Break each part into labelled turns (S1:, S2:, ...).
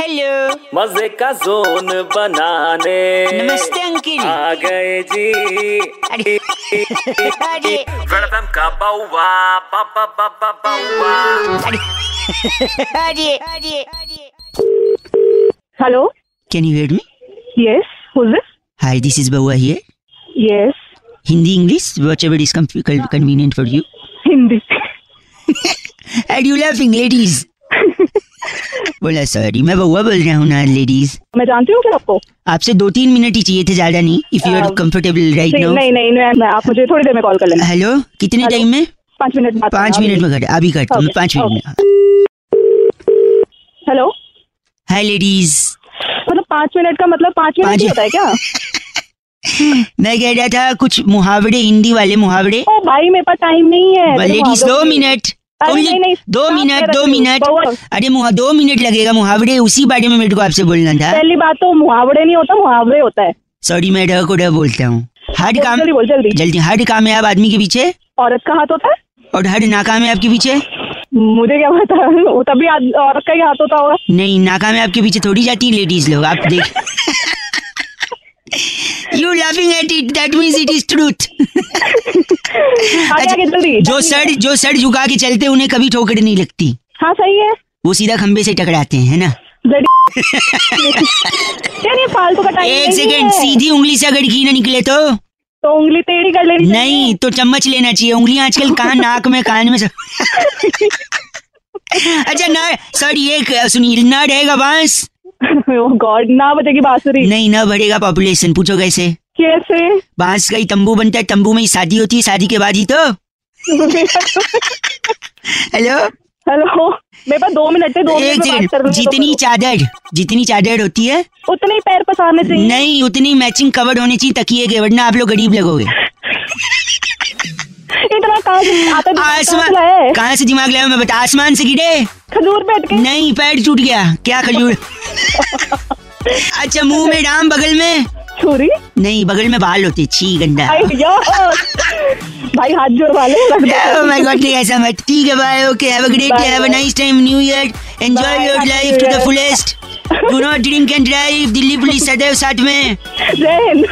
S1: Hello
S2: मजे का zone बनाने
S1: नमस्ते अंकिल
S2: आ गए जी
S1: अरे अरे
S2: वेलकम का बउआ बाबा बाबा बउआ
S1: अरे अरे अरे
S3: hello
S1: can you hear me
S3: yes who's this
S1: hi this is Baua here
S3: yes
S1: Hindi English whichever is convenient for you
S3: Hindi
S1: and you loving ladies बोला सॉरी मैं बउआ बोल रहा हूँ ना लेडीज
S3: मैं जानती हूँ क्या आपको
S1: आपसे दो तीन मिनट ही चाहिए थे ज्यादा नहीं if you are
S3: Um,
S1: comfortable right
S3: नहीं
S1: नाउ
S3: नहीं नहीं नहीं, आप मुझे थोड़ी देर में कॉल कर लेना
S1: हेलो कितने
S3: Hello. अच्छा,
S1: टाइम
S3: हाँ,
S1: में
S3: पाँच मिनट बाद
S1: पाँच मिनट में कर अभी करता हूँ मैं
S3: Okay,
S1: पाँच मिनट में
S3: हेलो
S1: हाय लेडीज
S3: मतलब पाँच मिनट का मतलब पाँच
S1: पाँच
S3: मिनट ही होता है क्या
S1: मैं कह रहा था कुछ मुहावरे हिंदी वाले मुहावरे
S3: ओ भाई मेरे पास टाइम नहीं है
S1: Well,
S3: देखो,
S1: लेडीज
S3: आप
S1: दो
S3: लोग-
S1: मिनट
S3: अरे
S1: Only
S3: नहीं, नहीं,
S1: दो
S3: आप
S1: मिनट
S3: मेरा
S1: दो
S3: सुनो,
S1: मिनट
S3: बहुत-
S1: अरे मुहा- दो मिनट लगेगा मुहावरे उसी बारे में मेरे को आपसे बोलना था
S3: पहली बात तो मुहावरे नहीं होता मुहावरे होता है
S1: सॉरी मैं डर को डर बोलता हूँ हर
S3: बोल,
S1: काम
S3: जल्दी बोल जल्दी
S1: जल्दी हर कामयाब आदमी के पीछे
S3: औरत का हाथ होता है
S1: और हर नाकामयाब के पीछे
S3: मुझे क्या पता वो तभी आद- औरत का ही हाथ होता होगा
S1: नहीं नाकामयाब के पीछे थोड़ी जाती है लेडीज लोग आप देख you laughing at it that means it is truth
S3: आगे आगे जल्दी
S1: अच्छा, जो सर जो सर झुका के चलते हैं, उन्हें कभी ठोकर नहीं लगती
S3: हाँ सही है
S1: वो सीधा खंबे से टकराते हैं है ना
S3: ब्लडी- यार ये फालतू का टाइम
S1: एक सेकेंड सीधी उंगली से अगर घी ना निकले तो
S3: तो उंगली टेढ़ी कर लेनी चाहिए।
S1: नहीं तो चम्मच लेना चाहिए उंगलियां आजकल कहाँ नाक में कान में सब अच्छा ना सॉरी एक सुनिए ना रहेगा बांस
S3: ओह गॉड Oh ना बजेगी बांसुरी
S1: नहीं ना बढ़ेगा पॉपुलेशन पूछो कैसे
S3: कैसे
S1: बांस का ही तंबू बनता है तंबू में ही शादी होती है शादी के बाद ही तो हेलो
S3: हेलो मेरे पास दो मिनट थे दो मिनट
S1: एक
S3: में बात कर
S1: सेकंड
S3: लूंगी तो
S1: जितनी चादर जितनी चादर होती है
S3: करो। उतने ही पैर पसारने चाहिए
S1: नहीं उतनी मैचिंग कवर होनी चाहिए तकिए के वरना आप लोग गरीब लगोगे
S3: इतना कहाँ से आता है दिमाग कहाँ से लाया है
S1: आसमान कहाँ से दिमाग लाया मैं बता आसमान से गिरे
S3: खजूर पे अटके
S1: नहीं पैर टूट गया क्या खजूर अच्छा मुंह में राम बगल में
S3: छुरी
S1: नहीं बगल में बाल होते छी गंदा
S3: आई यार भाई हाथ जोड़ वाले रख दो।
S1: Oh my God, नहीं ऐसा मत ठीक है bye okay have a great day
S3: Bye,
S1: have a
S3: bye.
S1: Nice time new year enjoy
S3: Bye,
S1: your
S3: happy
S1: life
S3: new
S1: to the
S3: year.
S1: Fullest do not drink and drive Delhi police सदैव साथ में
S3: जय Hind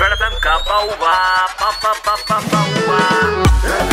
S2: welcome का बउआ बाबा बाबा बउआ